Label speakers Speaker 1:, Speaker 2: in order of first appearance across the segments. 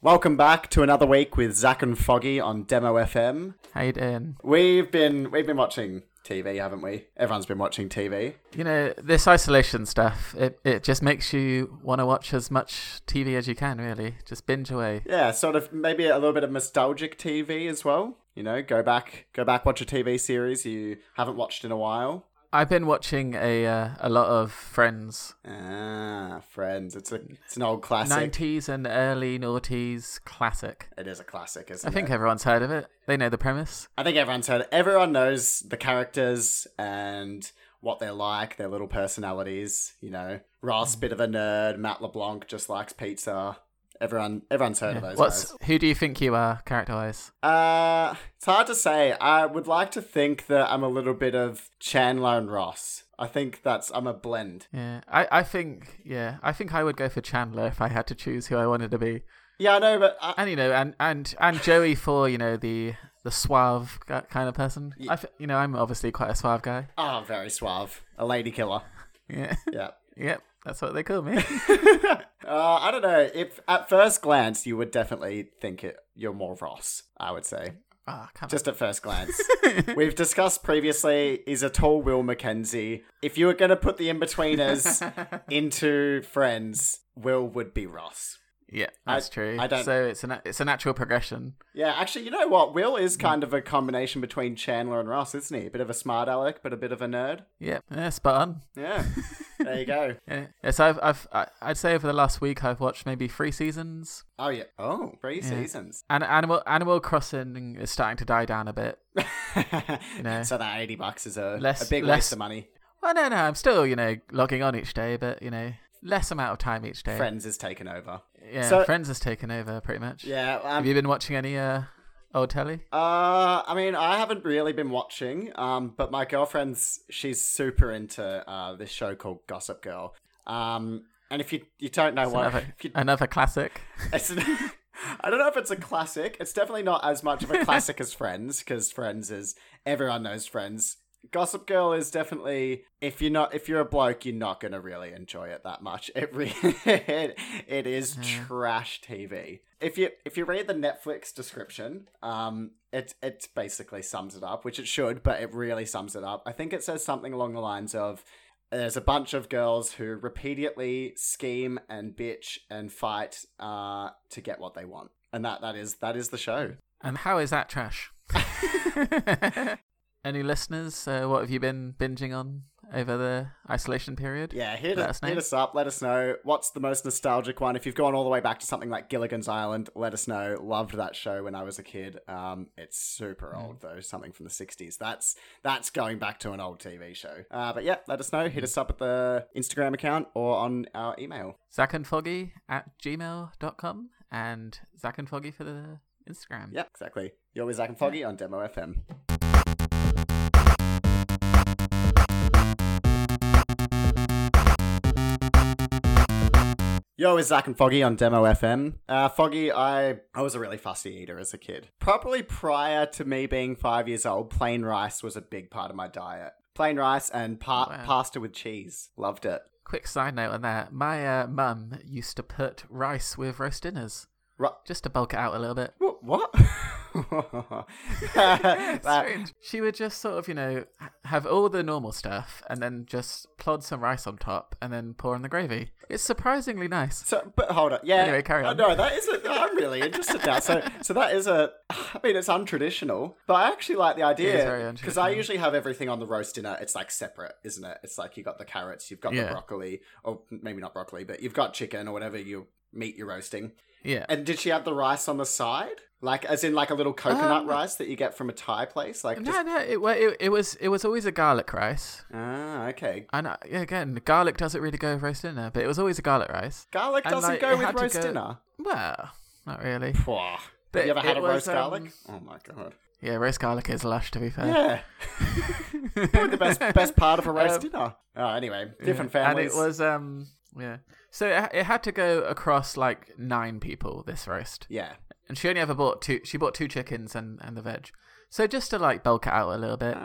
Speaker 1: Welcome back to another week with Zach and Foggy on Demo FM.
Speaker 2: How you doing?
Speaker 1: We've been we've been watching TV, haven't we? Everyone's been watching TV.
Speaker 2: You know, this isolation stuff, it, it just makes you want to watch as much TV as you can, really. Just binge away.
Speaker 1: Yeah, sort of maybe a little bit of nostalgic TV as well. You know, go back go back watch a TV series you haven't watched in a while.
Speaker 2: I've been watching a uh, a lot of Friends,
Speaker 1: Ah, Friends. It's a it's an old classic.
Speaker 2: 90s and early noughties classic.
Speaker 1: It is a classic, isn't
Speaker 2: I think
Speaker 1: it?
Speaker 2: everyone's heard of it. They know the premise.
Speaker 1: I think everyone's heard. Everyone knows the characters and what they're like, their little personalities. You know,
Speaker 2: Mm.
Speaker 1: Ross, bit of a nerd. Matt LeBlanc just likes pizza. Everyone, everyone's heard of
Speaker 2: Yeah.
Speaker 1: those.
Speaker 2: What's
Speaker 1: guys.
Speaker 2: who do you think you are character-wise?
Speaker 1: Uh, it's hard to say. I would like to think that I'm a little bit of Chandler and Ross. I think that's I'm a blend.
Speaker 2: Yeah, I, I think yeah, I think I would go for Chandler if I had to choose who I wanted to be.
Speaker 1: Yeah, I know, but uh, I,
Speaker 2: and you know, and and and Joey for you know the the suave gu- kind of person. I f- you know, I'm obviously quite a suave guy.
Speaker 1: oh, very suave, a lady killer.
Speaker 2: Yeah,
Speaker 1: Yeah.
Speaker 2: yep, that's what they call me.
Speaker 1: Uh, I don't know. If at first glance you would definitely think it, you're more Ross. I would say.
Speaker 2: Ah, come
Speaker 1: just at first glance. We've discussed previously is a tall Will McKenzie. If you were going to put the in betweeners into friends, Will would be Ross.
Speaker 2: on. yeah, that's
Speaker 1: I-
Speaker 2: true.
Speaker 1: I don't-
Speaker 2: So it's an it's a natural progression.
Speaker 1: Yeah, actually, you know what? Will is kind of a combination between Chandler and Ross, isn't he? A bit of a smart aleck, but a bit of a nerd.
Speaker 2: Yeah, yeah spot on.
Speaker 1: Yeah. there you go.
Speaker 2: Yeah. yeah so I've I've I- I'd say over the last week I've watched maybe three seasons.
Speaker 1: Oh, yeah. Oh, three seasons.
Speaker 2: And Animal Animal Crossing is starting to die down a bit. know.
Speaker 1: So that 80 bucks is a,
Speaker 2: Less-
Speaker 1: a big
Speaker 2: less-
Speaker 1: waste of money.
Speaker 2: Well, no, no, I'm still you know logging on each day, but you know less amount of time each day.
Speaker 1: Friends is taken over.
Speaker 2: Yeah,
Speaker 1: So-
Speaker 2: Friends has taken over pretty much.
Speaker 1: Yeah.
Speaker 2: Have
Speaker 1: Um,
Speaker 2: you been watching any uh, old telly?
Speaker 1: Uh, I mean, I haven't really been watching, um, but my girlfriend's she's super into uh, this show called Gossip Girl. Um, and if you you don't know what,
Speaker 2: Another,
Speaker 1: if you,
Speaker 2: another classic.
Speaker 1: it's an- I don't know if it's a classic. It's definitely not as much of a classic as Friends, because Friends is everyone knows Friends. Gossip Girl is definitely if you're not if you're a bloke, you're not gonna really enjoy it that much. It re- it, it is trash TV. If you if you read the Netflix description, um, it it basically sums it up, which it should, but it really sums it up. I think it says something along the lines of there's a bunch of girls who repeatedly scheme and bitch and fight uh, to get what they want, and that that is that is the show.
Speaker 2: And Um, how is that trash? any listeners? Uh, what have you been binging on over the isolation period?
Speaker 1: Yeah, hit,
Speaker 2: Let
Speaker 1: us,
Speaker 2: us know.
Speaker 1: hit us up. Let us know what's the most nostalgic one. If you've gone all the way back to something like Gilligan's Island, let us know. Loved that show when I was a kid. Um, it's super old though, something from the '60s. That's that's going back to an old TV show. Uh, but yeah, let us know. Hit us up at the Instagram account or on our email.
Speaker 2: Zack and Foggy at gmail.com and Zack and Foggy for the Instagram.
Speaker 1: Yeah, exactly. You're with Zach and Foggy on Demo FM. Yo, it's Zach and Foggy on Demo FM. Uh, Foggy, I I was a really fussy eater as a kid. Probably prior to me being five years old, plain rice was a big part of my diet. Plain rice and pa-
Speaker 2: Wow.
Speaker 1: pasta with cheese. Loved it.
Speaker 2: Quick side note on that. My uh, mum used to put rice with roast dinners
Speaker 1: Ru-
Speaker 2: just to bulk it out a little bit.
Speaker 1: wh- what? That-
Speaker 2: Strange. She would just sort of, you know, h- have all the normal stuff and then just plod some rice on top and then pour in the gravy. It's surprisingly nice.
Speaker 1: So, but hold on. Yeah.
Speaker 2: Anyway, carry
Speaker 1: Oh,
Speaker 2: on.
Speaker 1: No, that is. A, I'm really interested now. So, so that is a. I mean, it's untraditional, but I actually like the
Speaker 2: It is very
Speaker 1: idea because I
Speaker 2: untraditional.
Speaker 1: usually have everything on the roast dinner. It's like separate, isn't it? It's like you got the carrots, you've got the
Speaker 2: Yeah.
Speaker 1: broccoli, or maybe not broccoli, but you've got chicken or whatever you meat you're roasting.
Speaker 2: Yeah.
Speaker 1: And did she have the rice on the side, like as in like a little coconut
Speaker 2: Um,
Speaker 1: rice that you get from a Thai place? Like,
Speaker 2: No,
Speaker 1: just,
Speaker 2: no, it, wa- it, it was it was always a garlic rice.
Speaker 1: ah, okay.
Speaker 2: And uh, yeah, again, garlic doesn't really go with roast dinner, but it was always a garlic rice.
Speaker 1: Garlic
Speaker 2: And,
Speaker 1: doesn't
Speaker 2: like,
Speaker 1: go
Speaker 2: it
Speaker 1: with
Speaker 2: had to
Speaker 1: roast
Speaker 2: go-
Speaker 1: dinner.
Speaker 2: Well, not really.
Speaker 1: Pwah. Have
Speaker 2: But
Speaker 1: you ever had
Speaker 2: it
Speaker 1: a
Speaker 2: was,
Speaker 1: roast garlic?
Speaker 2: um,
Speaker 1: Oh my god.
Speaker 2: Yeah, roast garlic is lush, to be fair.
Speaker 1: Yeah. Probably the best best part of a roast dinner. Oh, anyway, different
Speaker 2: Um, Yeah,
Speaker 1: families.
Speaker 2: And it was, um, yeah. So it, it had to go across like nine people, this roast.
Speaker 1: yeah.
Speaker 2: and she only ever bought two. She bought two chickens and and the veg. So just to like bulk it out a little bit, pop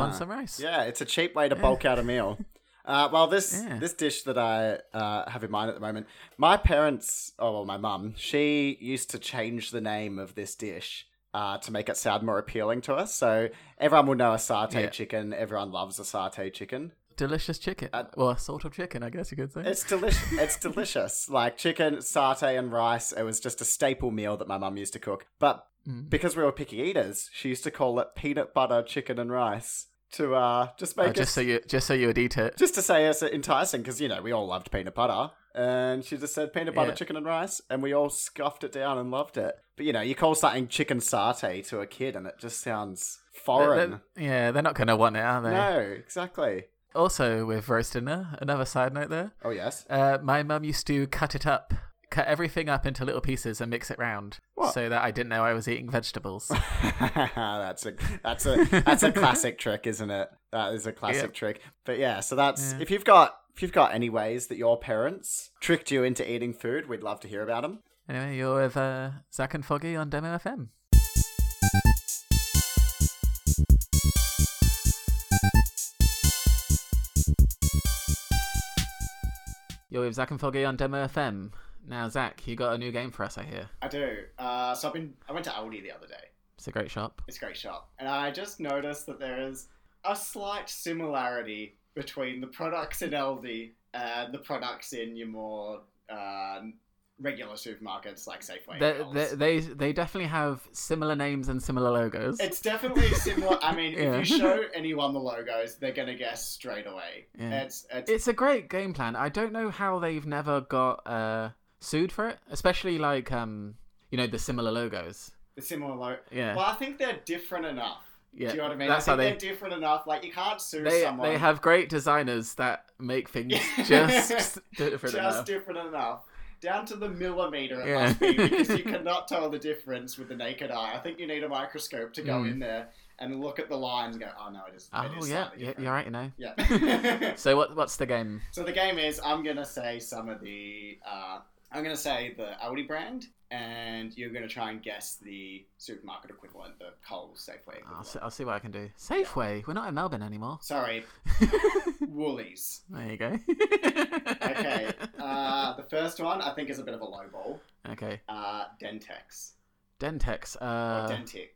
Speaker 1: Ah.
Speaker 2: on some rice.
Speaker 1: Yeah, it's a cheap way to bulk out a meal. Uh, well, this
Speaker 2: Yeah.
Speaker 1: this dish that I uh, have in mind at the moment, my parents, oh well, my mum, she used to change the name of this dish uh, to make it sound more appealing to us. So everyone will know a satay
Speaker 2: Yeah.
Speaker 1: chicken. Everyone loves a satay chicken.
Speaker 2: Delicious chicken.
Speaker 1: Uh,
Speaker 2: well, a sort of chicken, I guess you could say.
Speaker 1: It's delicious. it's delicious. Like chicken, satay, and rice. It was just a staple meal that my mum used to cook. But
Speaker 2: Mm.
Speaker 1: because we were picky eaters, she used to call it peanut butter chicken and rice to uh, just make
Speaker 2: Oh,
Speaker 1: it
Speaker 2: just so you just so you would eat it.
Speaker 1: just to say it's enticing because you know we all loved peanut butter and she just said peanut butter
Speaker 2: Yeah.
Speaker 1: chicken and rice and we all scuffed it down and loved it but you know you call something chicken satay to a kid and it just sounds
Speaker 2: They're-
Speaker 1: foreign
Speaker 2: they're- yeah, they're not going to want it, are they?
Speaker 1: no exactly
Speaker 2: Also, with roast dinner, another side note there.
Speaker 1: oh yes
Speaker 2: Uh, my mum used to cut it up, cut everything up into little pieces and mix it round,
Speaker 1: What?
Speaker 2: so that I didn't know I was eating vegetables.
Speaker 1: that's a that's a that's a classic trick isn't it that is a classic
Speaker 2: Yep.
Speaker 1: trick but yeah so that's
Speaker 2: Yeah.
Speaker 1: if you've got if you've got any ways that your parents tricked you into eating food we'd love to hear about them
Speaker 2: anyway, you're with uh, Zach and Foggy on Demo FM. You're with Zach and Foggy on Demo FM. Now, Zach, you got a new game for us, I hear.
Speaker 1: i do uh, so i've been i went to aldi the other day
Speaker 2: It's a great shop.
Speaker 1: It's a great shop. And I just noticed that there is a slight similarity between the products in Aldi and the products in your more uh, regular supermarkets like Safeway. and
Speaker 2: They,
Speaker 1: Coles.
Speaker 2: they, they, they definitely have similar names and similar logos.
Speaker 1: It's definitely similar. I mean,
Speaker 2: Yeah.
Speaker 1: if you show anyone the logos, they're going to guess straight away.
Speaker 2: Yeah.
Speaker 1: It's, it's,
Speaker 2: It's a great game plan. I don't know how they've never got uh, sued for it, especially like um, you know the similar logos.
Speaker 1: the similar logo.
Speaker 2: Yeah,
Speaker 1: Well, I think they're different enough.
Speaker 2: yeah.
Speaker 1: Do you know what I mean?
Speaker 2: That's
Speaker 1: I
Speaker 2: how
Speaker 1: think
Speaker 2: they
Speaker 1: are different enough. Like, you can't sue
Speaker 2: they,
Speaker 1: someone.
Speaker 2: they have great designers that make things
Speaker 1: Yeah.
Speaker 2: just s- different
Speaker 1: just
Speaker 2: enough.
Speaker 1: different enough. Down to the millimeter it
Speaker 2: Yeah.
Speaker 1: must be, because you cannot tell the difference with the naked eye. I think you need a microscope to go
Speaker 2: Mm.
Speaker 1: in there and look at the lines and go, oh no, it is. it
Speaker 2: oh
Speaker 1: is
Speaker 2: yeah,
Speaker 1: slightly
Speaker 2: yeah,
Speaker 1: different."
Speaker 2: you're right. You know.
Speaker 1: Yeah.
Speaker 2: So what what's the game?
Speaker 1: so the game is I'm going to say some of the. Uh, I'm going to say the Aldi brand, and you're going to try and guess the supermarket equivalent, the Coles Safeway
Speaker 2: I'll
Speaker 1: equivalent.
Speaker 2: see, I'll see what I can do. Safeway. We're not in Melbourne anymore.
Speaker 1: Sorry, Woolies.
Speaker 2: There you go.
Speaker 1: Okay. uh, the first one I think is a bit of a low ball.
Speaker 2: okay.
Speaker 1: Uh, Dentex.
Speaker 2: Dentex.
Speaker 1: Or
Speaker 2: Uh,
Speaker 1: Denti-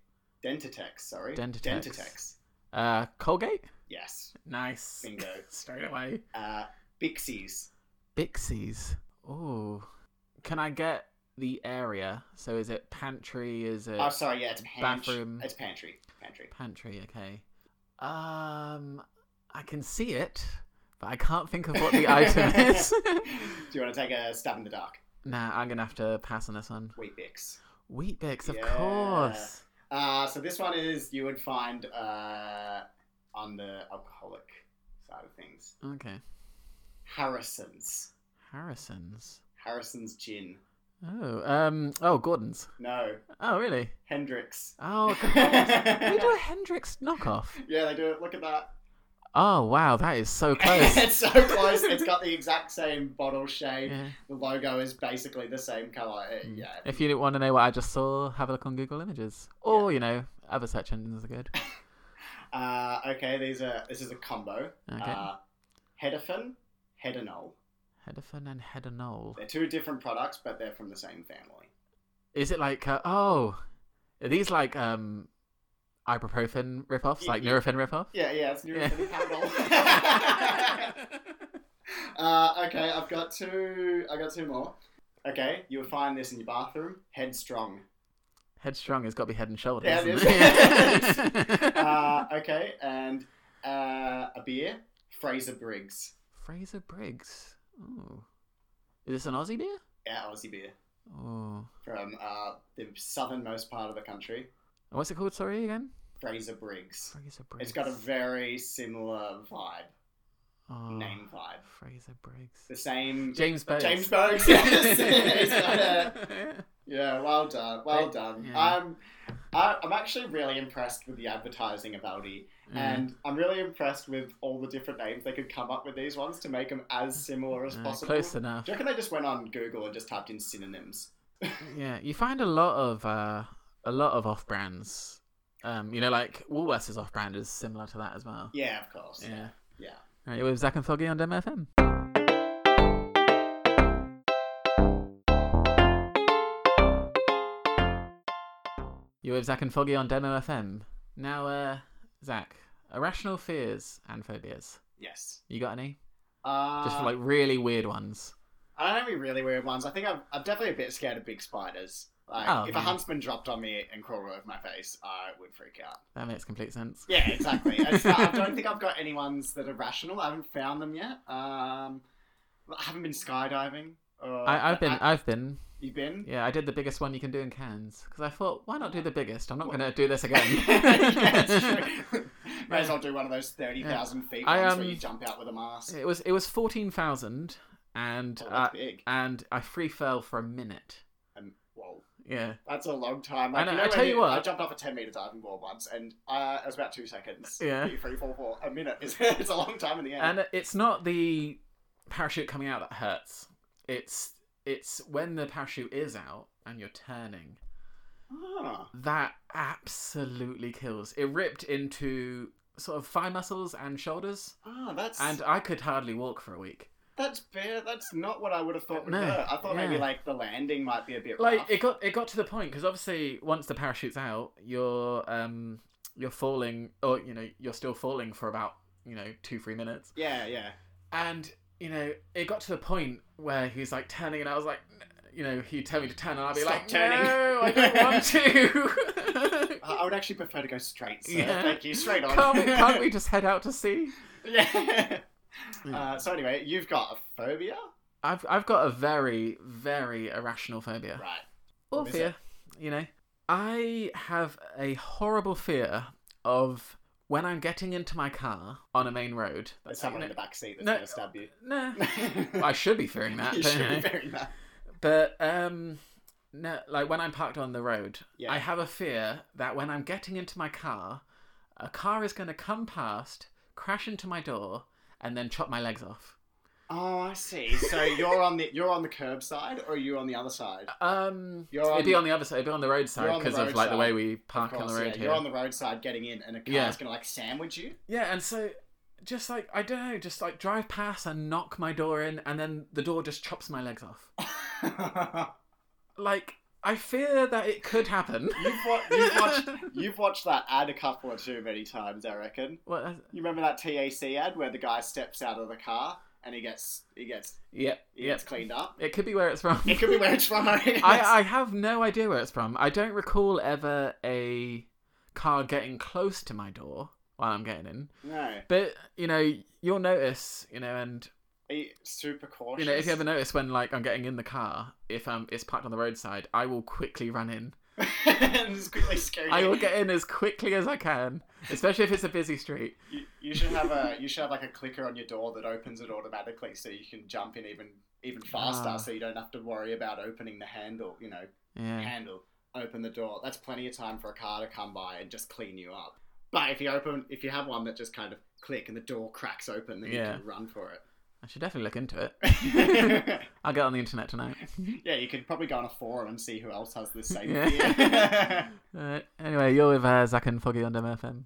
Speaker 1: Dentitex, sorry.
Speaker 2: Dentitex.
Speaker 1: Dentitex.
Speaker 2: uh, Colgate.
Speaker 1: Yes.
Speaker 2: Nice.
Speaker 1: Bingo.
Speaker 2: Straight away.
Speaker 1: Uh, Bixies.
Speaker 2: Bixies. Oh, can I get the area? So is it pantry? Is it
Speaker 1: Oh, sorry. Yeah, it's pantry.
Speaker 2: Uh, Bathroom.
Speaker 1: It's pantry. Pantry.
Speaker 2: pantry? Okay. Um, I can see it, but I can't think of what the item is.
Speaker 1: Do you want to take a stab in the dark?
Speaker 2: nah, I'm gonna have to pass on this one.
Speaker 1: Wheat Bix.
Speaker 2: Wheat bix, of
Speaker 1: Yeah.
Speaker 2: course.
Speaker 1: Uh, so this one is you would find uh, on the alcoholic side of things.
Speaker 2: Okay,
Speaker 1: Harrison's.
Speaker 2: Harrison's.
Speaker 1: Harrison's gin.
Speaker 2: Oh, um, oh, Gordon's.
Speaker 1: No,
Speaker 2: Oh, really?
Speaker 1: Hendrix.
Speaker 2: Oh, God. they do a
Speaker 1: yeah,
Speaker 2: Hendrix knockoff.
Speaker 1: they do it. Look at that.
Speaker 2: Oh, wow, that is so close.
Speaker 1: it's so close. It's got the exact same bottle shape.
Speaker 2: yeah.
Speaker 1: The logo is basically the same color.
Speaker 2: Mm.
Speaker 1: Yeah.
Speaker 2: If you want to know what I just saw, have a look on Google Images, or you know, other search engines are good.
Speaker 1: Uh, okay, these are this is a combo.
Speaker 2: Okay,
Speaker 1: Uh, Hedafin, Hedinol.
Speaker 2: Hedafin and Hedinol.
Speaker 1: They're two different products, but they're from the same family.
Speaker 2: Is it like uh, oh, are these like um, ibuprofen ripoffs,
Speaker 1: Yeah,
Speaker 2: like
Speaker 1: yeah.
Speaker 2: Nurofen ripoff?
Speaker 1: Yeah, yeah, it's
Speaker 2: Yeah.
Speaker 1: Nurofen Panadol. uh, okay, I've got two. I got two more. Okay, you would find this in your bathroom. Headstrong.
Speaker 2: Headstrong has got to be head and shoulders.
Speaker 1: Yeah, it
Speaker 2: isn't
Speaker 1: is.
Speaker 2: it?
Speaker 1: Uh, okay, and uh, a beer. Fraser Briggs.
Speaker 2: Fraser Briggs. Ooh, is this an Aussie beer?
Speaker 1: Yeah, Aussie beer
Speaker 2: Oh,
Speaker 1: from uh, the southernmost part of the country.
Speaker 2: what's it called? Sorry again.
Speaker 1: Fraser Briggs.
Speaker 2: Fraser Briggs.
Speaker 1: It's got a very similar vibe,
Speaker 2: oh,
Speaker 1: name vibe.
Speaker 2: Fraser Briggs.
Speaker 1: The same.
Speaker 2: James Bowes.
Speaker 1: James Bowes. yes. He's got a- yeah, well done, well
Speaker 2: Right,
Speaker 1: done.
Speaker 2: yeah.
Speaker 1: I'm, I, I'm actually really impressed with the advertising of Aldi,
Speaker 2: Mm.
Speaker 1: and I'm really impressed with all the different names they could come up with these ones to make them as similar as
Speaker 2: Uh,
Speaker 1: possible.
Speaker 2: close
Speaker 1: Do
Speaker 2: enough.
Speaker 1: you reckon they just went on Google and just typed in synonyms?
Speaker 2: Yeah, you find a lot of uh, a lot of off brands. Um, you know, like Woolworths is off brand is similar to that as well.
Speaker 1: Yeah, of course.
Speaker 2: Yeah.
Speaker 1: yeah.
Speaker 2: All right, you're with Zach and Foggy on Demo FM. You're with Zach and Foggy on Demo FM. Now, uh, Zach, irrational fears and phobias.
Speaker 1: Yes.
Speaker 2: You got any?
Speaker 1: Uh,
Speaker 2: Just like really weird ones.
Speaker 1: I don't have any really weird ones. I think I'm, I'm definitely a bit scared of big spiders. Like,
Speaker 2: Oh,
Speaker 1: if
Speaker 2: yeah.
Speaker 1: a huntsman dropped on me and crawled over my face, I would freak out.
Speaker 2: That makes complete sense.
Speaker 1: Yeah, exactly. It's not- I don't think I've got any ones that are rational. I haven't found them yet. Um, I haven't been skydiving. Oh, Or,
Speaker 2: I, I've been,
Speaker 1: I-
Speaker 2: I've been.
Speaker 1: you've been?
Speaker 2: Yeah, I did the biggest one you can do in Cairns because I thought, why not do the biggest? I'm not
Speaker 1: Well-
Speaker 2: going to do this
Speaker 1: Yeah.
Speaker 2: again.
Speaker 1: it's true. May as well do one of those 30,000 feet
Speaker 2: I,
Speaker 1: ones where
Speaker 2: um,
Speaker 1: you jump out with a mask.
Speaker 2: It was it was fourteen thousand, and
Speaker 1: Oh,
Speaker 2: uh,
Speaker 1: that's big.
Speaker 2: and I free fell for a minute.
Speaker 1: Um, whoa.
Speaker 2: Yeah,
Speaker 1: That's a long time.
Speaker 2: I
Speaker 1: Like,
Speaker 2: know,
Speaker 1: you know
Speaker 2: I tell
Speaker 1: when
Speaker 2: you what-
Speaker 1: I jumped off a ten meter diving wall once, and uh, it was about two seconds.
Speaker 2: Yeah.
Speaker 1: Three, three, four, four. A minute is it's a long time in the end.
Speaker 2: and it's not the parachute coming out that hurts. It's it's when the parachute is out and you're turning
Speaker 1: Ah.
Speaker 2: that absolutely kills. It ripped into sort of thigh muscles and shoulders,
Speaker 1: Ah, that's
Speaker 2: and I could hardly walk for a week.
Speaker 1: that's fair. That's not what I would have thought would
Speaker 2: No,
Speaker 1: hurt. I thought maybe
Speaker 2: yeah.
Speaker 1: like the landing might be a bit
Speaker 2: like
Speaker 1: rough.
Speaker 2: it got it got to the point because obviously once the parachute's out you're um you're falling or you know you're still falling for about you know two three minutes
Speaker 1: Yeah, yeah.
Speaker 2: and you know it got to the point where he was like turning and i was like "N- you know he'd tell me to turn and i'd be
Speaker 1: Stop
Speaker 2: like
Speaker 1: turning.
Speaker 2: no i don't want to
Speaker 1: I I would actually prefer to go straight. So
Speaker 2: Yeah.
Speaker 1: thank you, straight on.
Speaker 2: can't, we, can't we just head out to sea
Speaker 1: yeah. Uh, so anyway, you've got a phobia,
Speaker 2: i've i've got a very very irrational phobia
Speaker 1: right?
Speaker 2: or
Speaker 1: What is
Speaker 2: fear, you know. I have a horrible fear of when I'm getting into my car on a main road.
Speaker 1: There's someone in
Speaker 2: no,
Speaker 1: the back seat that's
Speaker 2: no.
Speaker 1: gonna stab you.
Speaker 2: no. I should be fearing that,
Speaker 1: you
Speaker 2: don't
Speaker 1: should
Speaker 2: I?
Speaker 1: be very nice.
Speaker 2: but um, no, like when I'm parked on the road,
Speaker 1: Yeah.
Speaker 2: I have a fear that when I'm getting into my car, a car is going to come past, crash into my door, and then chop my legs off.
Speaker 1: Oh, I see. So you're on the you're on the curb side, or are you on the other side?
Speaker 2: Um,
Speaker 1: You're
Speaker 2: it'd be
Speaker 1: on-
Speaker 2: on the other side. It'd be on the road side
Speaker 1: on the
Speaker 2: because of
Speaker 1: road
Speaker 2: like the way
Speaker 1: side,
Speaker 2: we
Speaker 1: Of
Speaker 2: park on the
Speaker 1: course,
Speaker 2: road
Speaker 1: yeah,
Speaker 2: here.
Speaker 1: You're on the roadside getting in, and a car's
Speaker 2: Yeah.
Speaker 1: gonna like sandwich you.
Speaker 2: Yeah, and so just like I don't know, just like drive past and knock my door in, and then the door just chops my legs off.
Speaker 1: you've,
Speaker 2: Like I fear that it could happen.
Speaker 1: wa- you've watched you've watched that ad a couple or too many times, I reckon.
Speaker 2: What?
Speaker 1: You remember that TAC ad where the guy steps out of the car and he gets he gets
Speaker 2: Yep,
Speaker 1: he
Speaker 2: yep.
Speaker 1: gets cleaned up.
Speaker 2: It could be where it's from.
Speaker 1: It could be where it's from.
Speaker 2: I I have no idea where it's from. I don't recall ever a car getting close to my door while I'm getting in.
Speaker 1: no,
Speaker 2: But you know, you'll notice, you know, and
Speaker 1: Are you super cautious.
Speaker 2: you know, if you ever notice when like I'm getting in the car, if um it's parked on the roadside, I will quickly run in.
Speaker 1: And just quickly scare
Speaker 2: I
Speaker 1: you.
Speaker 2: will get in as quickly as I can, especially if it's a busy street.
Speaker 1: You, you should have a you should have like a clicker on your door that opens it automatically, so you can jump in even even faster,
Speaker 2: Ah.
Speaker 1: so you don't have to worry about opening the handle. You know,
Speaker 2: Yeah.
Speaker 1: handle, open the door. That's plenty of time for a car to come by and just clean you up. But if you open if you have one that just kind of click and the door cracks open, then
Speaker 2: Yeah.
Speaker 1: you can run for
Speaker 2: I should definitely look into it.
Speaker 1: it.
Speaker 2: I'll get on the internet tonight.
Speaker 1: yeah, you could probably go on a forum and see who else has this same
Speaker 2: Yeah.
Speaker 1: fear.
Speaker 2: Alright, anyway, you're with uh, Zach and Foggy on Dem FM.